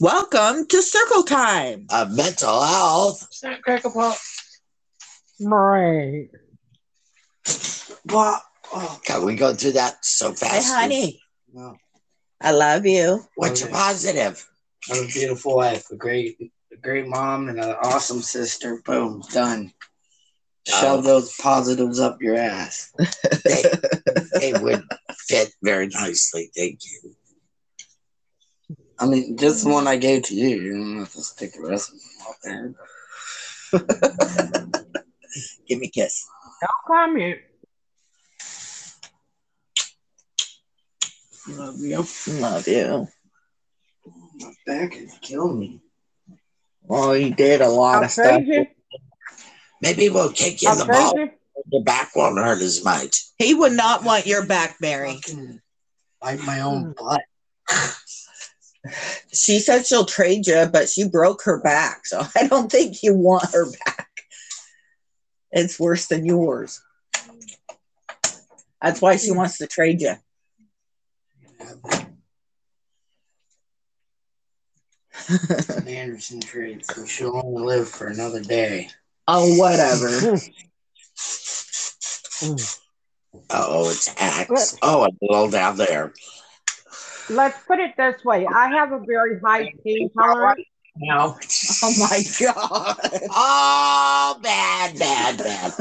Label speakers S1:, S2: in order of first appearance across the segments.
S1: Welcome to Circle Time.
S2: of uh, mental health.
S3: Snap, crackle, pop.
S4: Right.
S2: What? Oh God, we go through that so
S1: Hey,
S2: fast.
S1: honey,
S3: Wow.
S1: I love you.
S2: What's your
S3: Okay.
S2: positive?
S3: I'm a beautiful wife, a great, a great mom, and an awesome sister. Boom, done. Shove those positives up your ass.
S2: They, they would fit very nicely. Thank you.
S3: I mean, just the one I gave to you. You don't have to stick the rest of them out there.
S2: Give me a kiss.
S4: Don't comment.
S3: Love you.
S1: Love you.
S3: My back is killing me.
S2: Oh,
S1: Well, you did a lot
S4: I'm
S1: of stuff.
S4: crazy.
S2: Maybe we'll kick you in
S4: I'm
S2: the ball.
S4: crazy.
S2: Your back won't hurt as much.
S1: He would not want your back, Mary.
S3: Fucking Bite my own butt.
S1: She said she'll trade you, but she broke her back. So I don't think you want her back. It's worse than yours. That's why she wants to trade you.
S3: Anderson trade, so she'll only live for another day.
S1: Oh, whatever.
S2: Oh, it's axe. Oh, a little down there.
S4: Let's put it this way. I have a very high pain tolerance.
S3: Now,
S1: Oh my God.
S2: Oh, bad, bad, bad.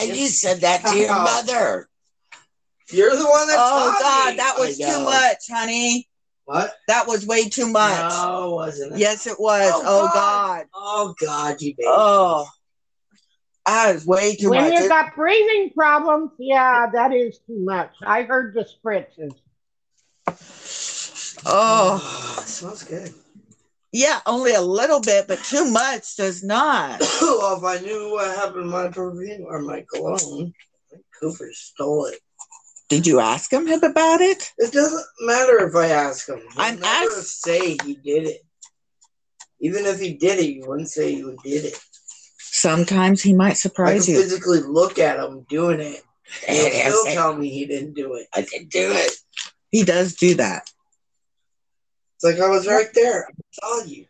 S2: And you said that to your mother.
S3: you're the one that.
S1: Oh
S3: taught
S1: God,
S3: me.
S1: that was
S2: I know.
S1: too much, honey.
S3: what?
S1: That was way too much.
S3: No, wasn't it?
S1: Yes, it was.
S3: Oh,
S1: Oh, God.
S3: God. Oh God, you baby.
S1: Oh, I was way too
S4: When
S1: much.
S4: you got breathing problems, yeah, that is too much. I heard the spritzes.
S1: oh,
S3: it smells good.
S1: yeah, only a little bit, but too much does not.
S3: well, if I knew what happened to my perfume or my cologne, Cooper stole it.
S1: Did you ask him about it?
S3: It doesn't matter if I ask him. He'll
S1: I'm
S3: never
S1: ask-
S3: say he did it. Even if he did it, you wouldn't say you did it.
S1: Sometimes he might
S3: I
S1: surprise
S3: can
S1: you.
S3: physically look at him doing it. And
S2: And I
S3: he'll
S2: said,
S3: tell me he didn't do it.
S2: I can do it.
S1: He does do that.
S3: It's like I was right there. I saw you.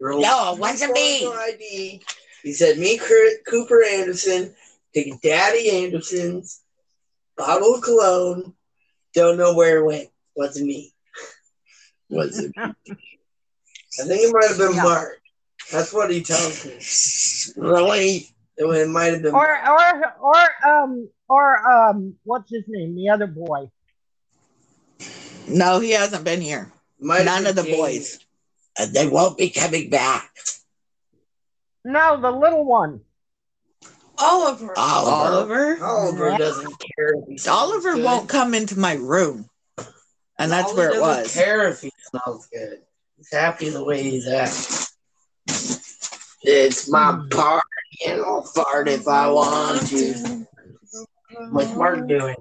S3: You're a-
S2: No, it wasn't me.
S3: Your ID. He said, "Me, Cur- Cooper Anderson, take Daddy Anderson's bottle of cologne. Don't know where it went. Wasn't me.
S2: Was it?
S3: I think it might have been
S4: Yeah.
S3: Mark. That's what he tells me.
S2: Really?
S3: It wa- It might have
S2: Um,
S3: been. Mark.
S4: Or or or um or um what's his name? The other boy.
S1: No, he hasn't been here.
S3: Might have
S1: None
S3: been
S1: of the
S3: Jamie.
S1: boys.
S2: And they won't be coming back.
S4: No, the little one.
S3: Oliver.
S2: Oliver.
S1: Oliver.
S3: Oliver doesn't care. If he smells
S1: Oliver
S3: good.
S1: won't come into my room, and that's
S3: Oliver
S1: where it
S3: doesn't
S1: was.
S3: Care if he smells good. He's happy the way he's at. It's my
S2: Hmm.
S3: party, and I'll fart if I want to. What's Mark doing?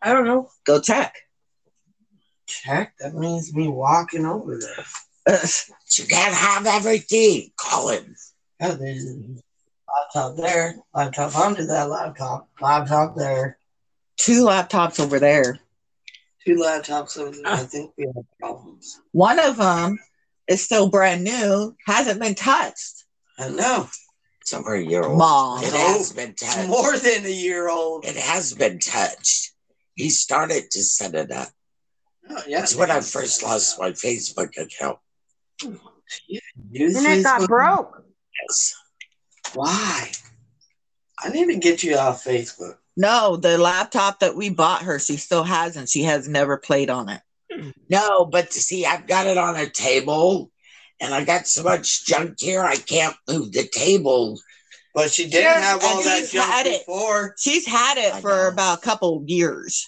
S1: I don't know. Go check.
S3: Check. That means me walking over there.
S2: You can't have everything. Call him.
S3: Yeah, there's a laptop there, laptop onto that laptop, laptop there,
S1: Two laptops over there.
S3: two laptops over there.
S2: Ah.
S3: I think we have problems.
S1: One of them is still brand new, hasn't been touched.
S3: I know.
S2: It's over a year old.
S1: Mom.
S2: It has been touched.
S3: More than a year old.
S2: It has been touched. He started to set it up.
S3: Oh, yeah,
S2: That's when I first lost my Facebook account.
S3: New
S4: And it got
S3: Facebook?
S4: broke.
S2: Yes.
S3: Why? I need to get you off Facebook.
S1: No, the laptop that we bought her, she still has, and she has never played on it.
S2: No, but see, I've got it on a table and I got so much junk here, I can't move the table.
S3: But she didn't
S1: Yes,
S3: have all
S1: and
S3: that
S1: he's
S3: junk
S1: had it.
S3: before.
S1: She's had it
S2: I
S1: for
S2: know.
S1: about a couple years.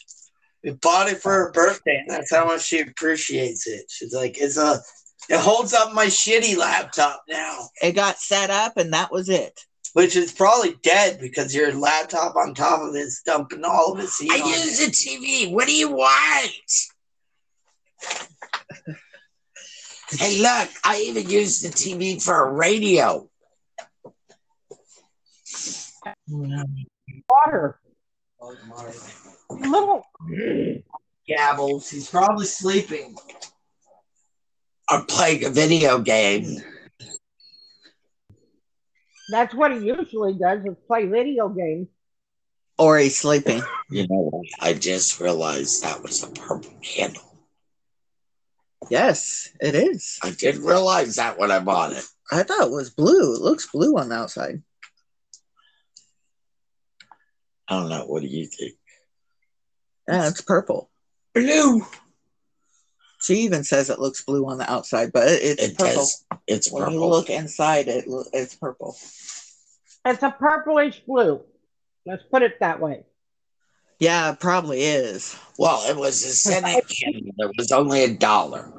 S3: We bought it for her birthday, and that's how much she appreciates it. She's like, it's a, it holds up my shitty laptop now,
S1: It got set up, and that was it.
S3: which is probably dead because your laptop on top of it is dumping all of its heat.
S2: I
S3: on
S2: use the
S3: it.
S2: TV. What do you want? hey, look, I even use the TV for a radio.
S4: Water. Little
S3: Gabbles. He's probably sleeping.
S2: are playing a video game.
S4: That's what he usually does is play video games.
S1: Or he's sleeping.
S2: You know what? I just realized that was a purple candle.
S1: Yes, it is.
S2: I didn't realize that when I bought it.
S1: I thought it was blue. It looks blue on the outside.
S2: I don't know. What do you think?
S1: Yeah, it's purple.
S2: Blue.
S1: She even says it looks blue on the outside, but it- it's
S2: It
S1: purple.
S2: does. It's
S1: When you
S2: purple.
S1: look inside, it lo- it's purple.
S4: It's a purplish blue. Let's put it that way.
S1: Yeah, it probably is.
S2: Well, it was a Senate candle. It was only a dollar.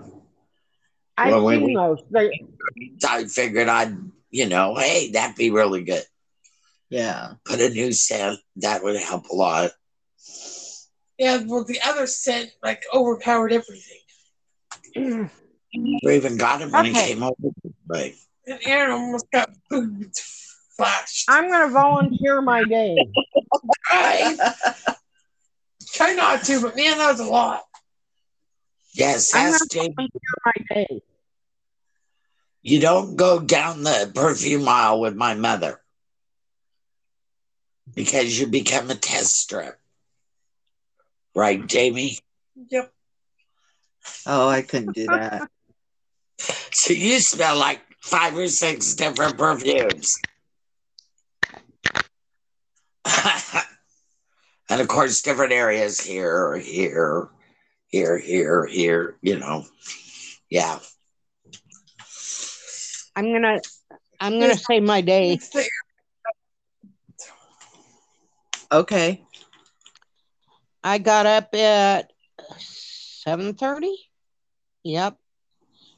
S4: I've
S2: Well, wait, wait.
S4: seen those. They,
S2: I figured I'd, you know, hey, that'd be really good.
S1: Yeah.
S2: Put a new scent. That would help a lot.
S5: Yeah, well, the other scent like overpowered everything.
S2: We even got him when he
S4: Okay.
S2: came over. Right.
S5: And Aaron almost got food flashed.
S4: I'm going to volunteer my name.
S5: I try not to, but man, that was a lot.
S2: Yes,
S4: I'm
S2: ask
S4: not-
S2: Jamie.
S4: My name.
S2: You don't go down the perfume aisle with my mother because you become a test strip. Right, Jamie?
S5: Yep.
S1: Oh, I couldn't do that.
S2: So you smell like five or six different perfumes. and of course, different areas here, here, here, here, here, you know. Yeah.
S4: I'm going to I'm going to say my day.
S5: It's the
S1: okay.
S4: I got up at 7:30. Yep.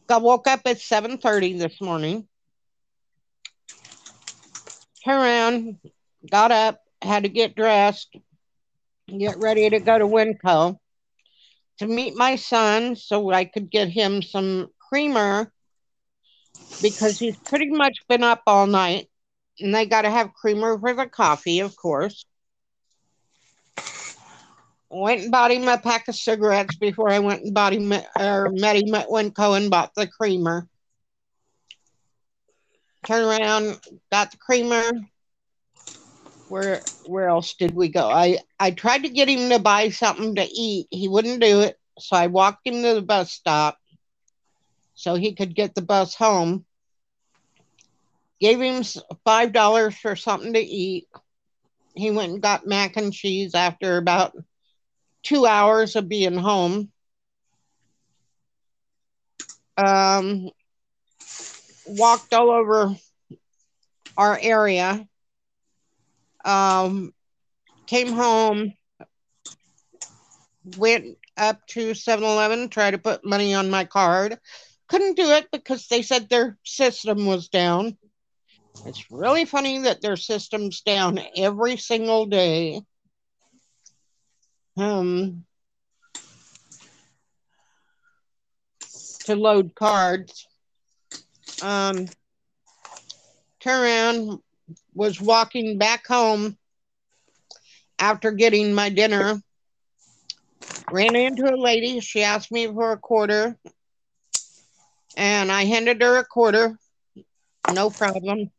S4: Got woke up at 7:30 this morning. Turned around, got up, had to get dressed, get ready to go to Winco to meet my son so I could get him some creamer because he's pretty much been up all night and they got to have creamer for the coffee, of course went and bought him a pack of cigarettes before I went and bought him or met him at Winco and bought the creamer. Turned around, got the creamer. Where where else did we go? I I tried to get him to buy something to eat. He wouldn't do it, so I walked him to the bus stop so he could get the bus home. Gave him s- five dollars for something to eat. He went and got mac and cheese after about two hours of being home. Um, walked all over our area. Um, came home, went up to 7 Eleven, tried to put money on my card. Couldn't do it because they said their system was down. It's really funny that their system's down every single day. Um, to load cards. Um, turn around, was walking back home after getting my dinner. Ran into a lady. She asked me for a quarter, and I handed her a quarter. No problem.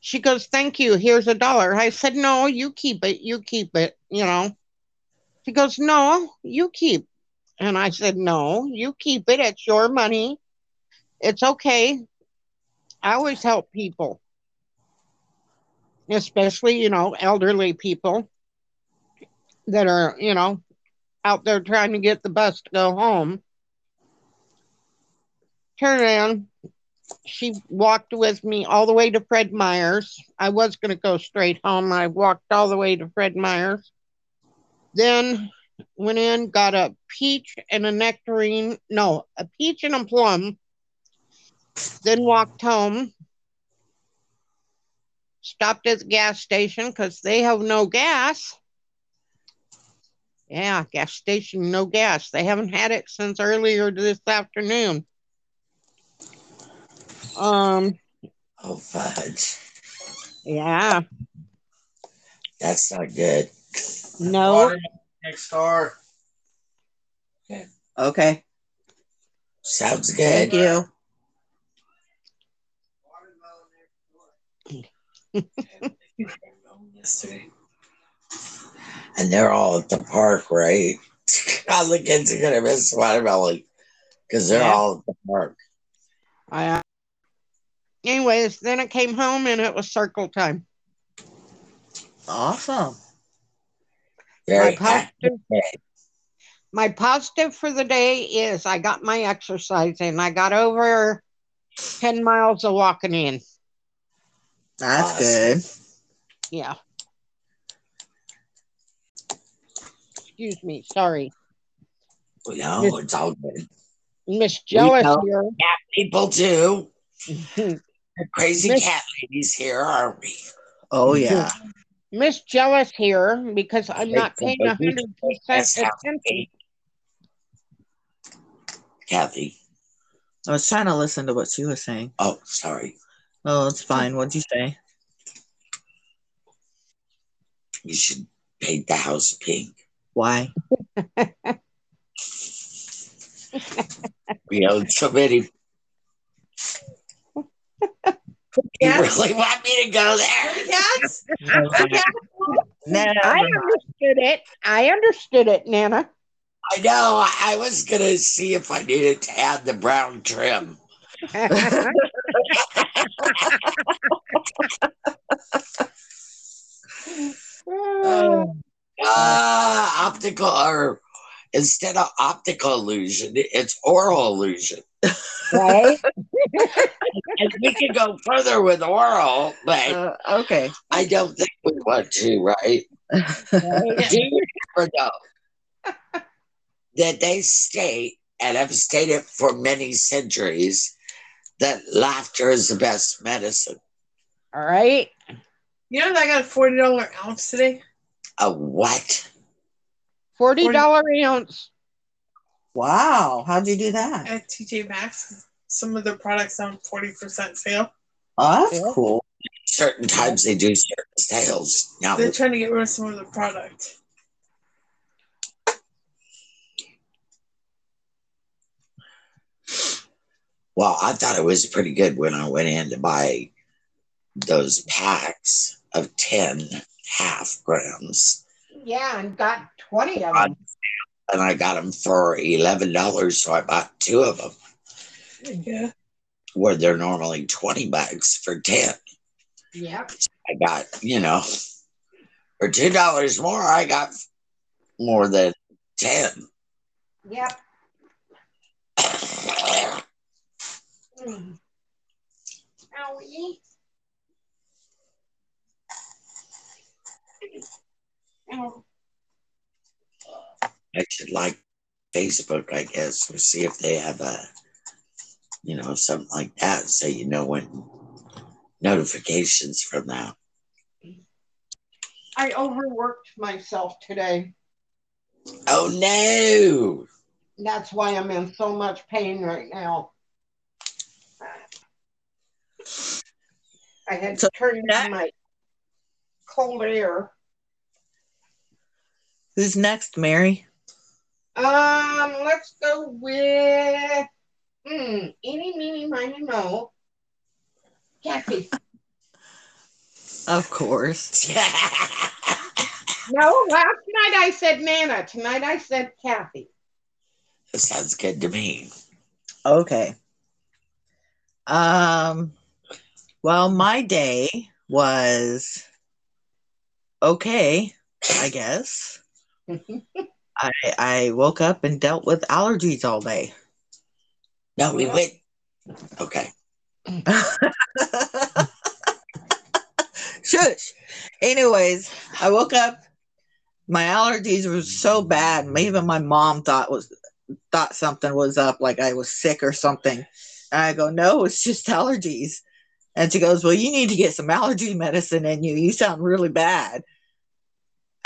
S4: She goes, Thank you. Here's a dollar. I said, No, you keep it. You keep it. You know. She goes, No, you keep. And I said, No, you keep it. It's your money. It's okay. I always help people, especially, you know, elderly people that are, you know, out there trying to get the bus to go home. Turn around. She walked with me all the way to Fred Meyer's. I was going to go straight home. I walked all the way to Fred Meyer's then went in got a peach and a nectarine no a peach and a plum then walked home stopped at the gas station because they have no gas yeah gas station no gas they haven't had it since earlier this afternoon um
S2: Oh, fudge.
S4: yeah
S2: That's not good.
S4: no
S3: Next door.
S1: Okay.
S2: Sounds
S1: Thank
S2: good.
S1: you.
S2: Yesterday. And they're all at the park, right? all the kids are gonna miss watermelon because they're
S4: Yeah.
S2: all at the park.
S4: I, uh, anyways, then I came home and it was circle time.
S1: Awesome.
S4: My
S2: Very happy.
S4: positive, my positive for the day is I got my exercise in. I got over 10 miles of walking in.
S1: That's
S2: Awesome.
S1: good.
S4: Yeah. Excuse me. Sorry.
S2: You know, it's all good.
S4: Miss Jealous
S2: know.
S4: here.
S2: People too. The crazy
S4: Miss-
S2: cat ladies here, aren't we?
S1: Oh yeah.
S4: Miss Jealous here because I'm not
S2: Like,
S4: paying
S2: like, we
S4: 100%
S2: that's how
S4: attention.
S2: they- Kathy.
S1: I was trying to listen to what she was saying.
S2: Oh, sorry.
S1: Oh, it's fine. What'd you say?
S2: You should paint the house pink.
S1: Why?
S2: We own so many. You really want me to go there?
S3: Cats?
S1: No,
S4: I understood it. I understood it, Nana.
S2: I know. I was gonna see if I needed to add the brown trim.
S4: Um,
S2: Uh, optical or instead of optical illusion, it's oral illusion.
S4: right?
S2: And we could go further with oral, but
S1: Uh, okay.
S2: I don't think we want to, right? Do you ever know that they state, and have stated for many centuries, that laughter is the best medicine?
S4: All right.
S5: You know that I got a forty dollar ounce today.
S2: A what?
S4: Forty dollar ounce.
S1: Wow. How'd you do that?
S5: at TJ Maxx. Some of the products on forty percent sale.
S1: Oh, that's cool.
S2: Certain times they do certain sales. Now,
S5: They're trying to get rid of some of the product.
S2: well, I thought it was pretty good when I went in to buy those packs of 10 half grams,
S4: Yeah, and got twenty of
S2: them. and I got them for $11. So I bought two of them.
S5: Yeah.
S2: where they're normally 20 bucks for 10.
S4: Yep.
S2: I got, you know, for $2 more, I got more than 10.
S4: Yep. Mm. Owie. Ow.
S2: I should like Facebook, I guess, or see if they have a, you know, something like that so you know when notifications from that.
S4: I overworked myself today.
S2: Oh, no.
S4: That's why I'm in so much pain right now. I had
S1: So-
S4: to turn down my cold air.
S1: Who's next, Mary?
S4: Um, let's go with hmm, any, meeny, miny, mo. Kathy.
S1: Of course.
S4: No, last night I said Nana. Tonight I said Kathy.
S2: that sounds good to me.
S1: Okay. Um. Well, my day was okay, I guess. I I woke up and dealt with allergies all day.
S2: No, we went. Okay.
S1: Shush. Anyways, I woke up. My allergies were so bad. and Even my mom thought was thought something was up, like I was sick or something. And I go, no, it's just allergies. And she goes, well, you need to get some allergy medicine in you. You sound really bad.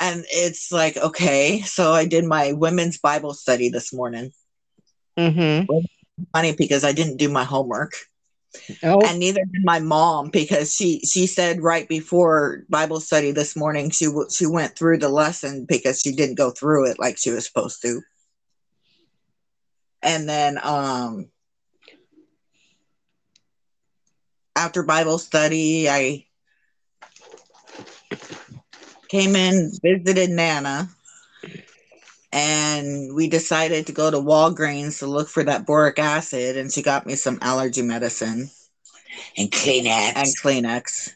S1: And it's like, okay. So I did my women's Bible study this morning.
S4: Mm-hmm.
S1: Funny because I didn't do my homework
S4: Oh,
S1: and neither did my mom because she she said right before Bible study this morning she w- she went through the lesson because she didn't go through it like she was supposed to. and then um after bible study i came in visited nana and we decided to go to walgreens to look for that boric acid and she got me some allergy medicine
S2: and Kleenex.
S1: and kleenex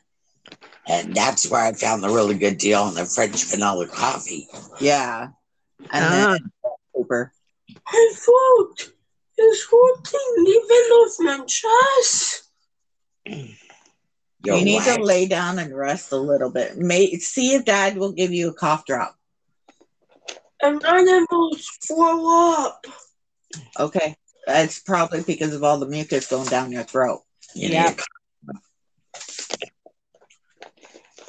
S2: And that's where I found the really good deal on the French vanilla coffee.
S1: yeah and
S4: Ah.
S1: then paper
S3: I thought this whole thing leaving off my chest.
S2: You're
S1: you need
S2: whack.
S1: to lay down and rest a little bit. May see if dad will give you a cough drop.
S3: I'm not able to throw up.
S1: Okay. That's probably because of all the mucus going down your throat.
S2: You
S4: Yeah.
S2: need to-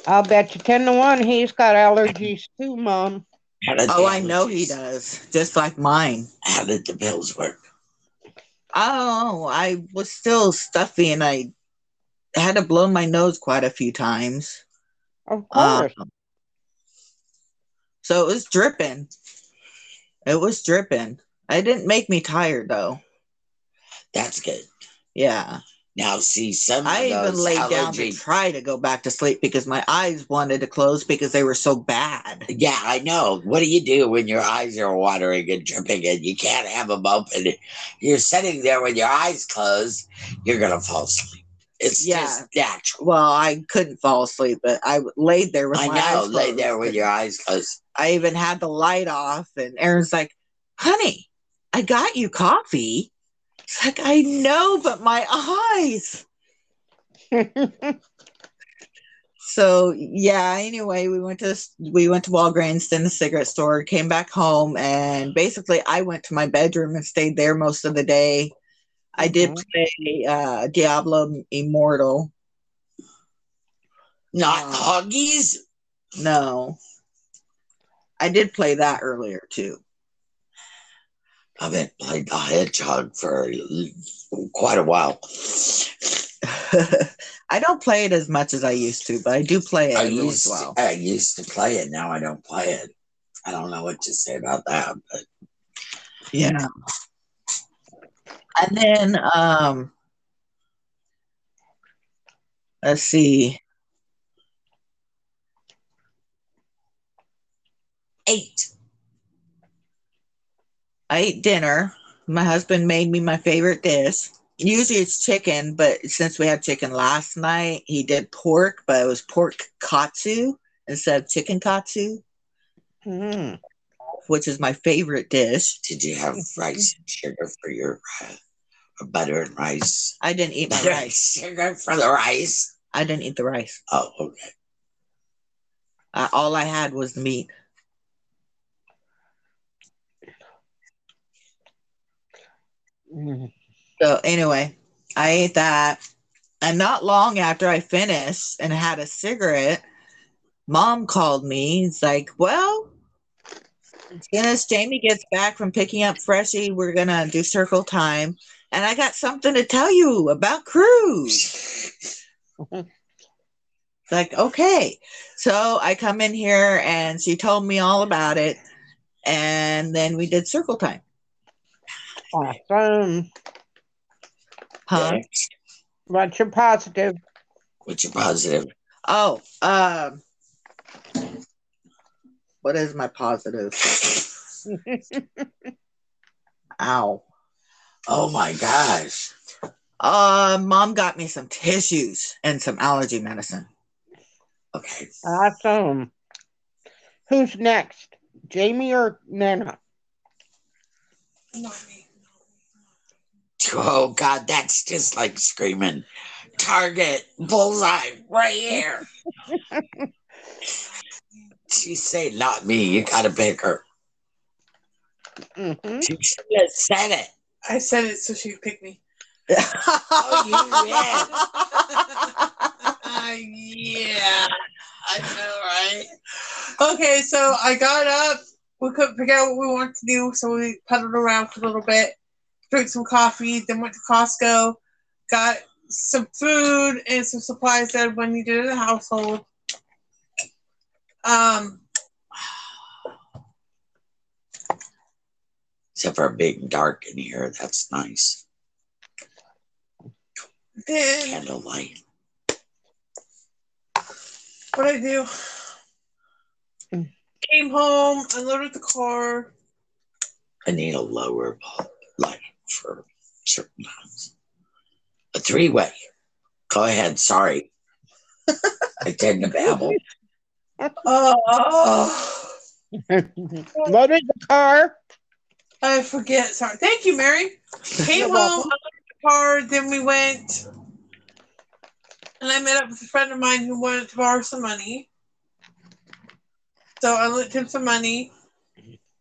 S4: I'll bet you 10 to 1 he's got allergies too, Mom.
S2: how did
S1: Oh,
S2: the
S1: I know he
S2: allergies-
S1: does, just like mine.
S2: How did the pills work?
S1: Oh, I was still stuffy and I had to blow my nose quite a few times.
S4: Of
S1: Um,
S4: course.
S1: so it was dripping. It was dripping. It didn't make me tired though.
S2: That's good.
S1: Yeah.
S2: Now, see, some of
S1: I even
S2: those
S1: laid down to
S2: allergy-
S1: try to go back to sleep because my eyes wanted to close because they were so bad.
S2: Yeah, I know. What do you do when your eyes are watering and dripping and you can't have them open? You're sitting there with your eyes closed, you're going to fall asleep. It's
S1: Yeah.
S2: just natural.
S1: Well, I couldn't fall asleep, but I laid there with
S2: I
S1: my
S2: know.
S1: eyes
S2: Lay there
S1: closed.
S2: with your eyes closed.
S1: I even had the light off, and Aaron's like, "Honey, I got you coffee." It's like I know, but my eyes. So yeah. Anyway, we went to we went to Walgreens, then the cigarette store, came back home, and basically I went to my bedroom and stayed there most of the day. I did play uh, Diablo Immortal.
S2: Not
S1: Oh.
S2: hoggies?
S1: No, I did play that earlier too.
S2: I've been playing the hedgehog for quite a while.
S1: I don't play it as much as I used to, but I do play it
S2: I
S1: every once
S2: used
S1: in a while.
S2: to, I used to play it. Now I don't play it. I don't know what to say about that. But
S1: Yeah. And then um let's see.
S2: eight.
S1: I ate dinner. My husband made me my favorite dish. Usually it's chicken, but since we had chicken last night, he did pork, but it was pork katsu instead of chicken katsu,
S4: Mm.
S1: which is my favorite dish.
S2: Did you have rice and sugar for your uh, or butter and rice?
S1: I didn't eat my
S2: Butter and
S1: rice.
S2: sugar for the rice.
S1: I didn't eat the rice.
S2: Oh, okay.
S1: Uh, all I had was the meat.
S4: Mm.
S1: So anyway, I ate that. And not long after I finished and had a cigarette, mom called me. It's like, well, as soon as Jamie gets back from picking up Freshie, we're gonna do circle time. And I got something to tell you about Cruise. Like, okay. So I come in here and she told me all about it. And then we did circle time.
S4: Awesome.
S1: Huh?
S4: But you're positive.
S2: What's your positive?
S1: Oh, um, what is my positive? Ow.
S2: Oh my gosh.
S1: Uh, mom got me some tissues and some allergy medicine.
S2: Okay.
S4: Awesome. Who's next? Jamie or Nana?
S2: Oh God, that's just like screaming. Target, bullseye, right here. she say, not me. You gotta pick her.
S4: hmm
S2: She should have said it.
S5: I said it so she would pick me.
S1: oh,
S5: Uh, yeah, I know, right? Okay, so I got up. We couldn't figure out what we wanted to do, so we pedaled around for a little bit, drank some coffee, then went to Costco, got some food and some supplies that everyone needed in the household. Um,
S2: Except for big and dark in here. That's nice.
S5: Then
S2: Candlelight.
S5: what I do?
S4: Mm.
S5: Came home, unloaded the car.
S2: I need a lower bulb light for certain times. A three way. Go ahead. Sorry. I tend to babble.
S5: Oh,
S4: Loaded the car.
S5: I forget. Sorry. Thank you, Mary. Came home, unloaded the car. Then we went, and I met up with a friend of mine who wanted to borrow some money. So I lent him some money.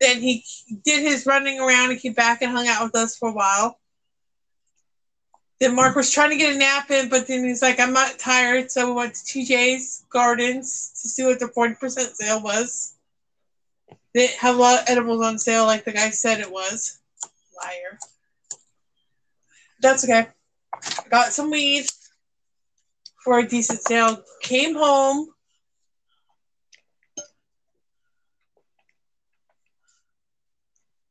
S5: Then he did his running around and came back and hung out with us for a while. Then Mark was trying to get a nap in, but then he's like, I'm not tired. So we went to TJ's Gardens to see what the 40% sale was. They didn't have a lot of edibles on sale, like the guy said it was. Liar. That's okay. Got some weed for a decent sale. Came home.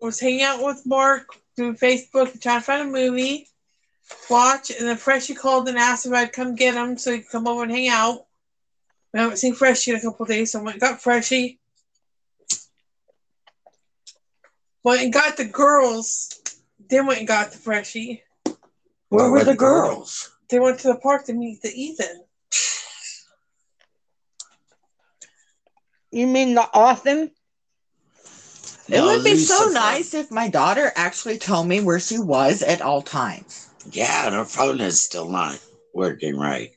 S5: Was hanging out with Mark through Facebook and trying to find a movie, watch, and then Freshie called and asked if I'd come get him so he could come over and hang out. I haven't seen Freshie in a couple days, so I went and got Freshie. Went and got the girls. Then went and got the freshie.
S2: Where were the girls?
S5: They went to the park to meet the Ethan.
S4: You mean the Austin?
S1: It
S2: No,
S1: would be so
S2: Lucifer.
S1: nice if my daughter actually told me where she was at all times.
S2: Yeah, and her phone is still not working right.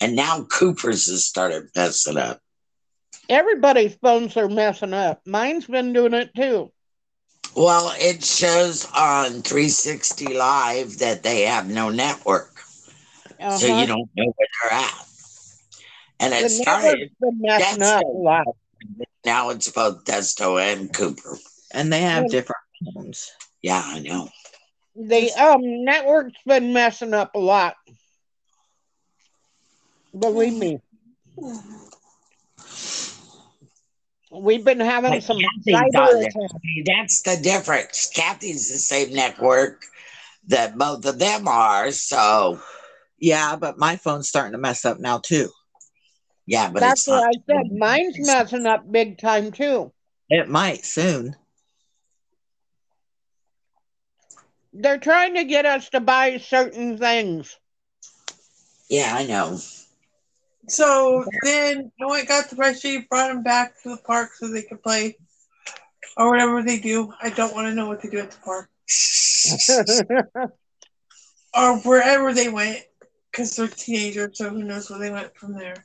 S2: And now Cooper's has started messing up.
S4: Everybody's phones are messing up. Mine's been doing it too.
S2: Well, it shows on 360 Live that they have no network.
S4: Uh-huh.
S2: So you don't know where they're at. And
S4: the
S2: it started,
S4: network's been messing
S2: That's
S4: up a lot.
S2: now it's both Testo and Cooper.
S1: And they
S4: Yeah.
S1: have different homes.
S2: Yeah, I know.
S4: The um network's been messing up a lot. Believe me, we've been having
S2: But
S4: some
S2: Kathy
S4: cyber
S2: does it.
S4: attacks.
S2: See, that's the difference. Kathy's the same network that both of them are. So,
S1: Yeah, but my phone's starting to mess up now too.
S2: yeah, but
S4: That's
S2: it's not.
S4: what I said. Mine's messing up big time too.
S1: It might soon.
S4: They're trying to get us to buy certain things.
S2: Yeah, I know.
S5: So then I went and got the freshie, brought him back to the park so they could play or whatever they do. I don't want to know what they do at the park or wherever they went because they're teenagers, so who knows where they went from there.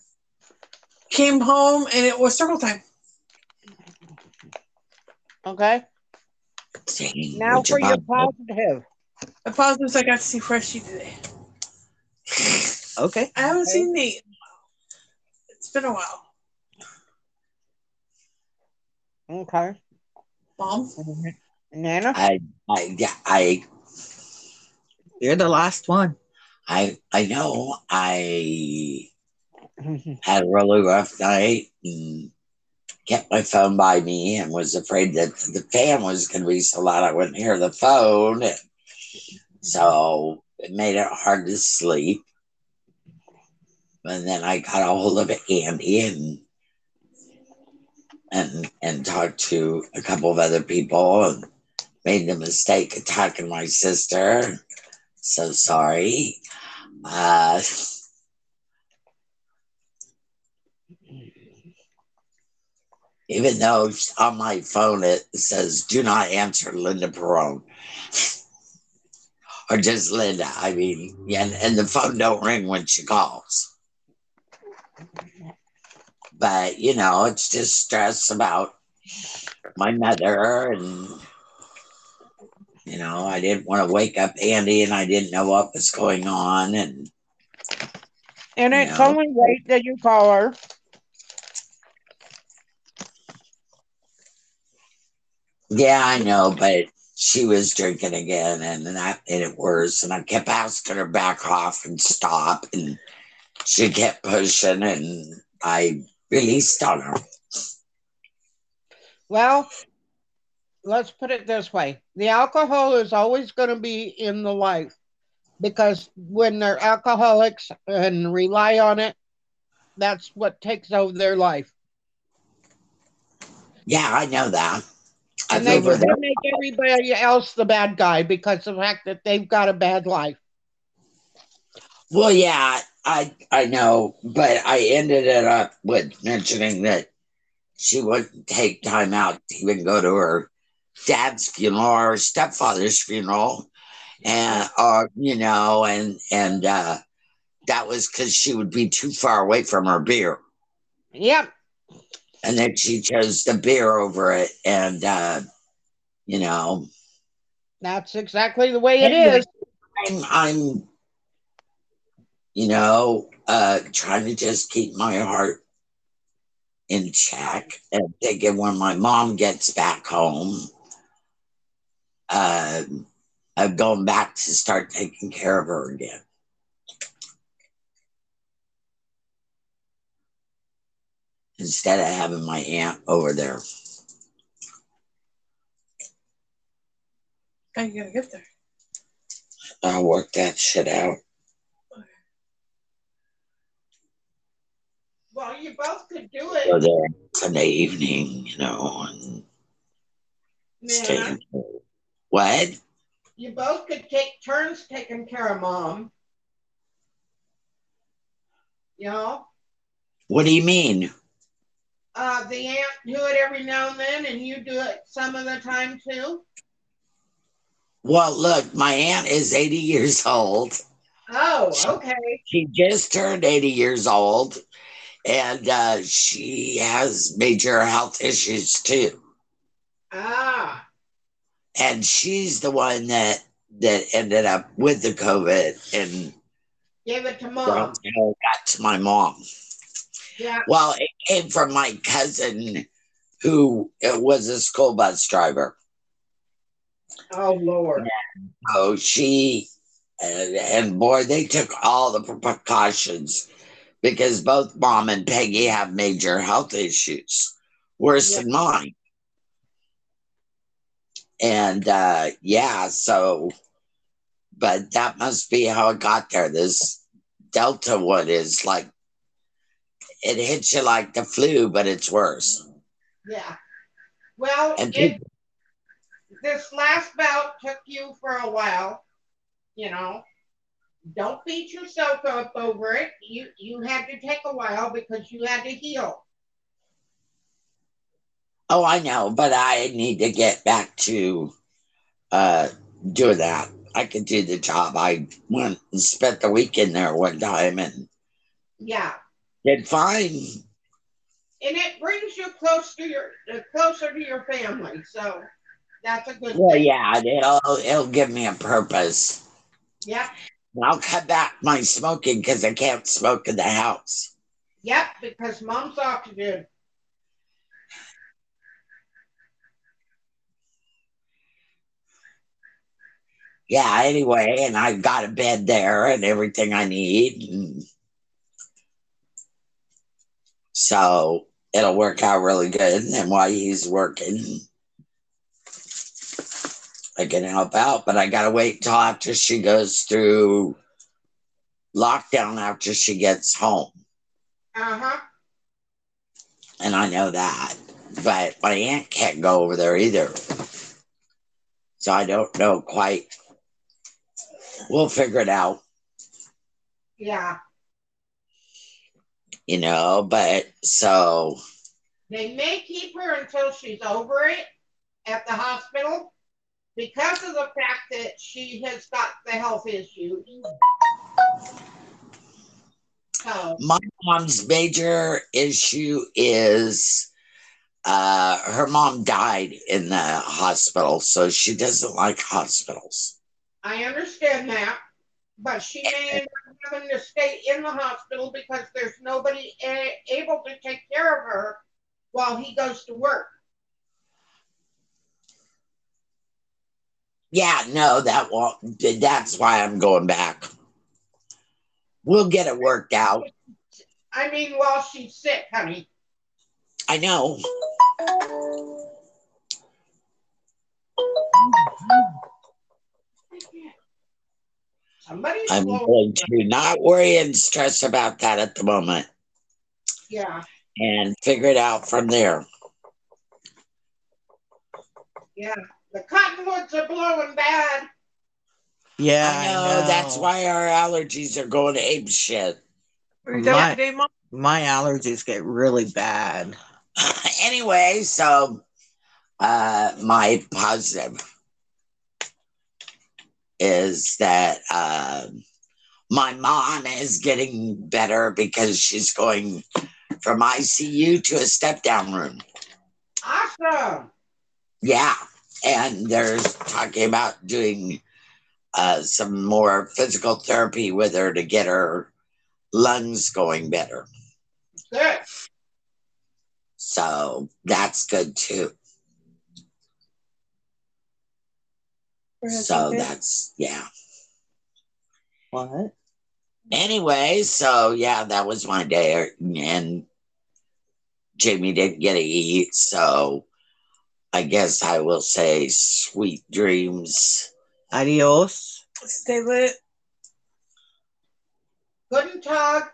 S5: Came home and it was circle time.
S4: okay.
S2: Dang,
S4: Now
S2: would you
S4: for your
S2: mind-
S4: positive.
S5: The positive is I got to see Freshie today.
S1: Okay.
S5: I haven't
S4: Okay.
S5: seen Nate. in a while. It's been a while.
S4: Okay.
S5: Mom.
S4: Nana.
S2: I, I, yeah, I,
S1: You're the last one.
S2: I, I know. I had a really rough night and kept my phone by me and was afraid that the fan was going to be so loud I wouldn't hear the phone. And so it made it hard to sleep. And then I got a hold of Andy and and and talked to a couple of other people and made the mistake of talking to my sister. So sorry. Uh, even though it's on my phone it says do not answer Linda Perone. or just Linda. I mean, yeah, and, and the phone don't ring when she calls. But you know, it's just stress about my mother and you know, I didn't want to wake up Andy and I didn't know what was going on and
S4: And it's
S2: No.
S4: only right that you call her.
S2: Yeah, I know, but she was drinking again, and then that made it worse. And I kept asking her back off and stop, and she kept pushing, and I released on her.
S4: Well, let's put it this way the alcohol is always going to be in the life because when they're alcoholics and rely on it, that's what takes over their life.
S2: Yeah, I know that. I
S4: And they,
S2: feel for
S4: they
S2: them.
S4: make everybody else the bad guy because of the fact that they've got a bad life.
S2: Well, yeah, I I know, but I ended it up with mentioning that she wouldn't take time out to even go to her dad's funeral or her stepfather's funeral, and or you know, and and uh, that was because she would be too far away from her beer,
S4: Yep.
S2: and then she chose the beer over it, and uh, you know,
S4: That's exactly the way it
S2: Yeah.
S4: is.
S2: I'm, I'm you know, uh, trying to just keep my heart in check and thinking when my mom gets back home, uh, I'm going back to start taking care of her again. Instead of having my aunt over there.
S5: How you gonna get there?
S2: I'll work that shit out.
S4: Well, you both could do
S2: Go there Sunday evening, you know, and stay. in bed. What?
S4: You both could take turns taking care of mom. You know,
S2: What do you mean?
S4: uh, the aunt do it every now and then, and you do it some of the time too.
S2: Well, look, my aunt is 80 years old.
S4: Oh, okay.
S2: She just turned 80 years old and uh, she has major health issues too.
S4: Ah,
S2: And she's the one that that ended up with the COVID and
S4: give it to mom.
S2: got to my mom.
S4: Yeah.
S2: Well, it came from my cousin who uh, was a school bus driver.
S4: Oh Lord.
S2: Oh, she and, and boy, they took all the precautions because both mom and Peggy have major health issues, worse
S4: Yeah.
S2: than mine. And uh, yeah, so, but that must be how it got there. This Delta one is like, it hits you like the flu, but it's worse.
S4: Yeah. Well,
S2: And
S4: it, this last bout took you for a while. You know, don't beat yourself up over it. You you had to take a while because you had to heal.
S2: Oh, I know, but I need to get back to uh doing that. I could do the job. I went and spent the weekend there one time and
S4: Yeah.
S2: did fine.
S4: and it brings you close to your uh, closer to your family. So that's a good
S2: Well,
S4: thing.
S2: yeah, it'll it'll give me a purpose.
S4: Yep,
S2: And I'll cut back my smoking because I can't smoke in the house.
S4: yep. Because mom's oxygen.
S2: Yeah, anyway, and I've got a bed there and everything I need. And so it'll work out really good. And while he's working, I can help out, but I gotta wait till after she goes through lockdown after she gets home.
S4: Uh huh.
S2: And I know that. But my aunt can't go over there either. So I don't know quite. We'll figure it out,
S4: Yeah.
S2: you know, but so
S4: They may keep her until she's over it at the hospital because of the fact that she has got the health issues. So
S2: my mom's major issue is uh her mom died in the hospital, so she doesn't like hospitals.
S4: I understand that, but she may end up having to stay in the hospital because there's nobody a- able to take care of her while he goes to work.
S2: Yeah, no, that won't that's why I'm going back. We'll get it worked out.
S4: I mean, while she's sick, honey.
S2: I know.
S5: Somebody
S2: I'm
S5: slow-
S2: going to not worry and stress about that at the moment
S5: Yeah,
S2: and figure it out from there.
S5: yeah. The cottonwoods are blowing bad.
S1: Yeah,
S2: I know, that's why our allergies are going ape shit.
S5: Are
S1: My-
S5: you done with the day, Mom?
S1: my allergies get really bad.
S2: anyway, so uh, my positive is that um my mom is getting better because she's going from ICU to a step down room.
S5: Awesome.
S2: Yeah. And they're talking about doing uh, some more physical therapy with her to get her lungs going better.
S5: Good.
S2: So that's good too. So that's, yeah.
S1: What?
S2: Anyway, so yeah, that was my day. er, And Jamie didn't get to eat. So I guess I will say sweet dreams.
S1: Adios.
S5: Stay lit.
S4: Couldn't talk.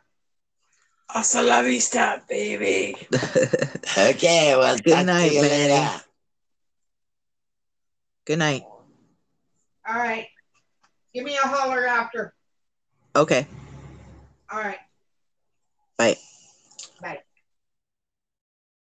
S5: Hasta la vista, baby.
S1: Good
S2: Okay, well,
S1: Good
S2: talk to
S1: night,
S2: you
S1: Manny.
S2: later.
S1: night.
S4: All right. Give me a holler after.
S1: Okay.
S4: All right.
S1: Bye.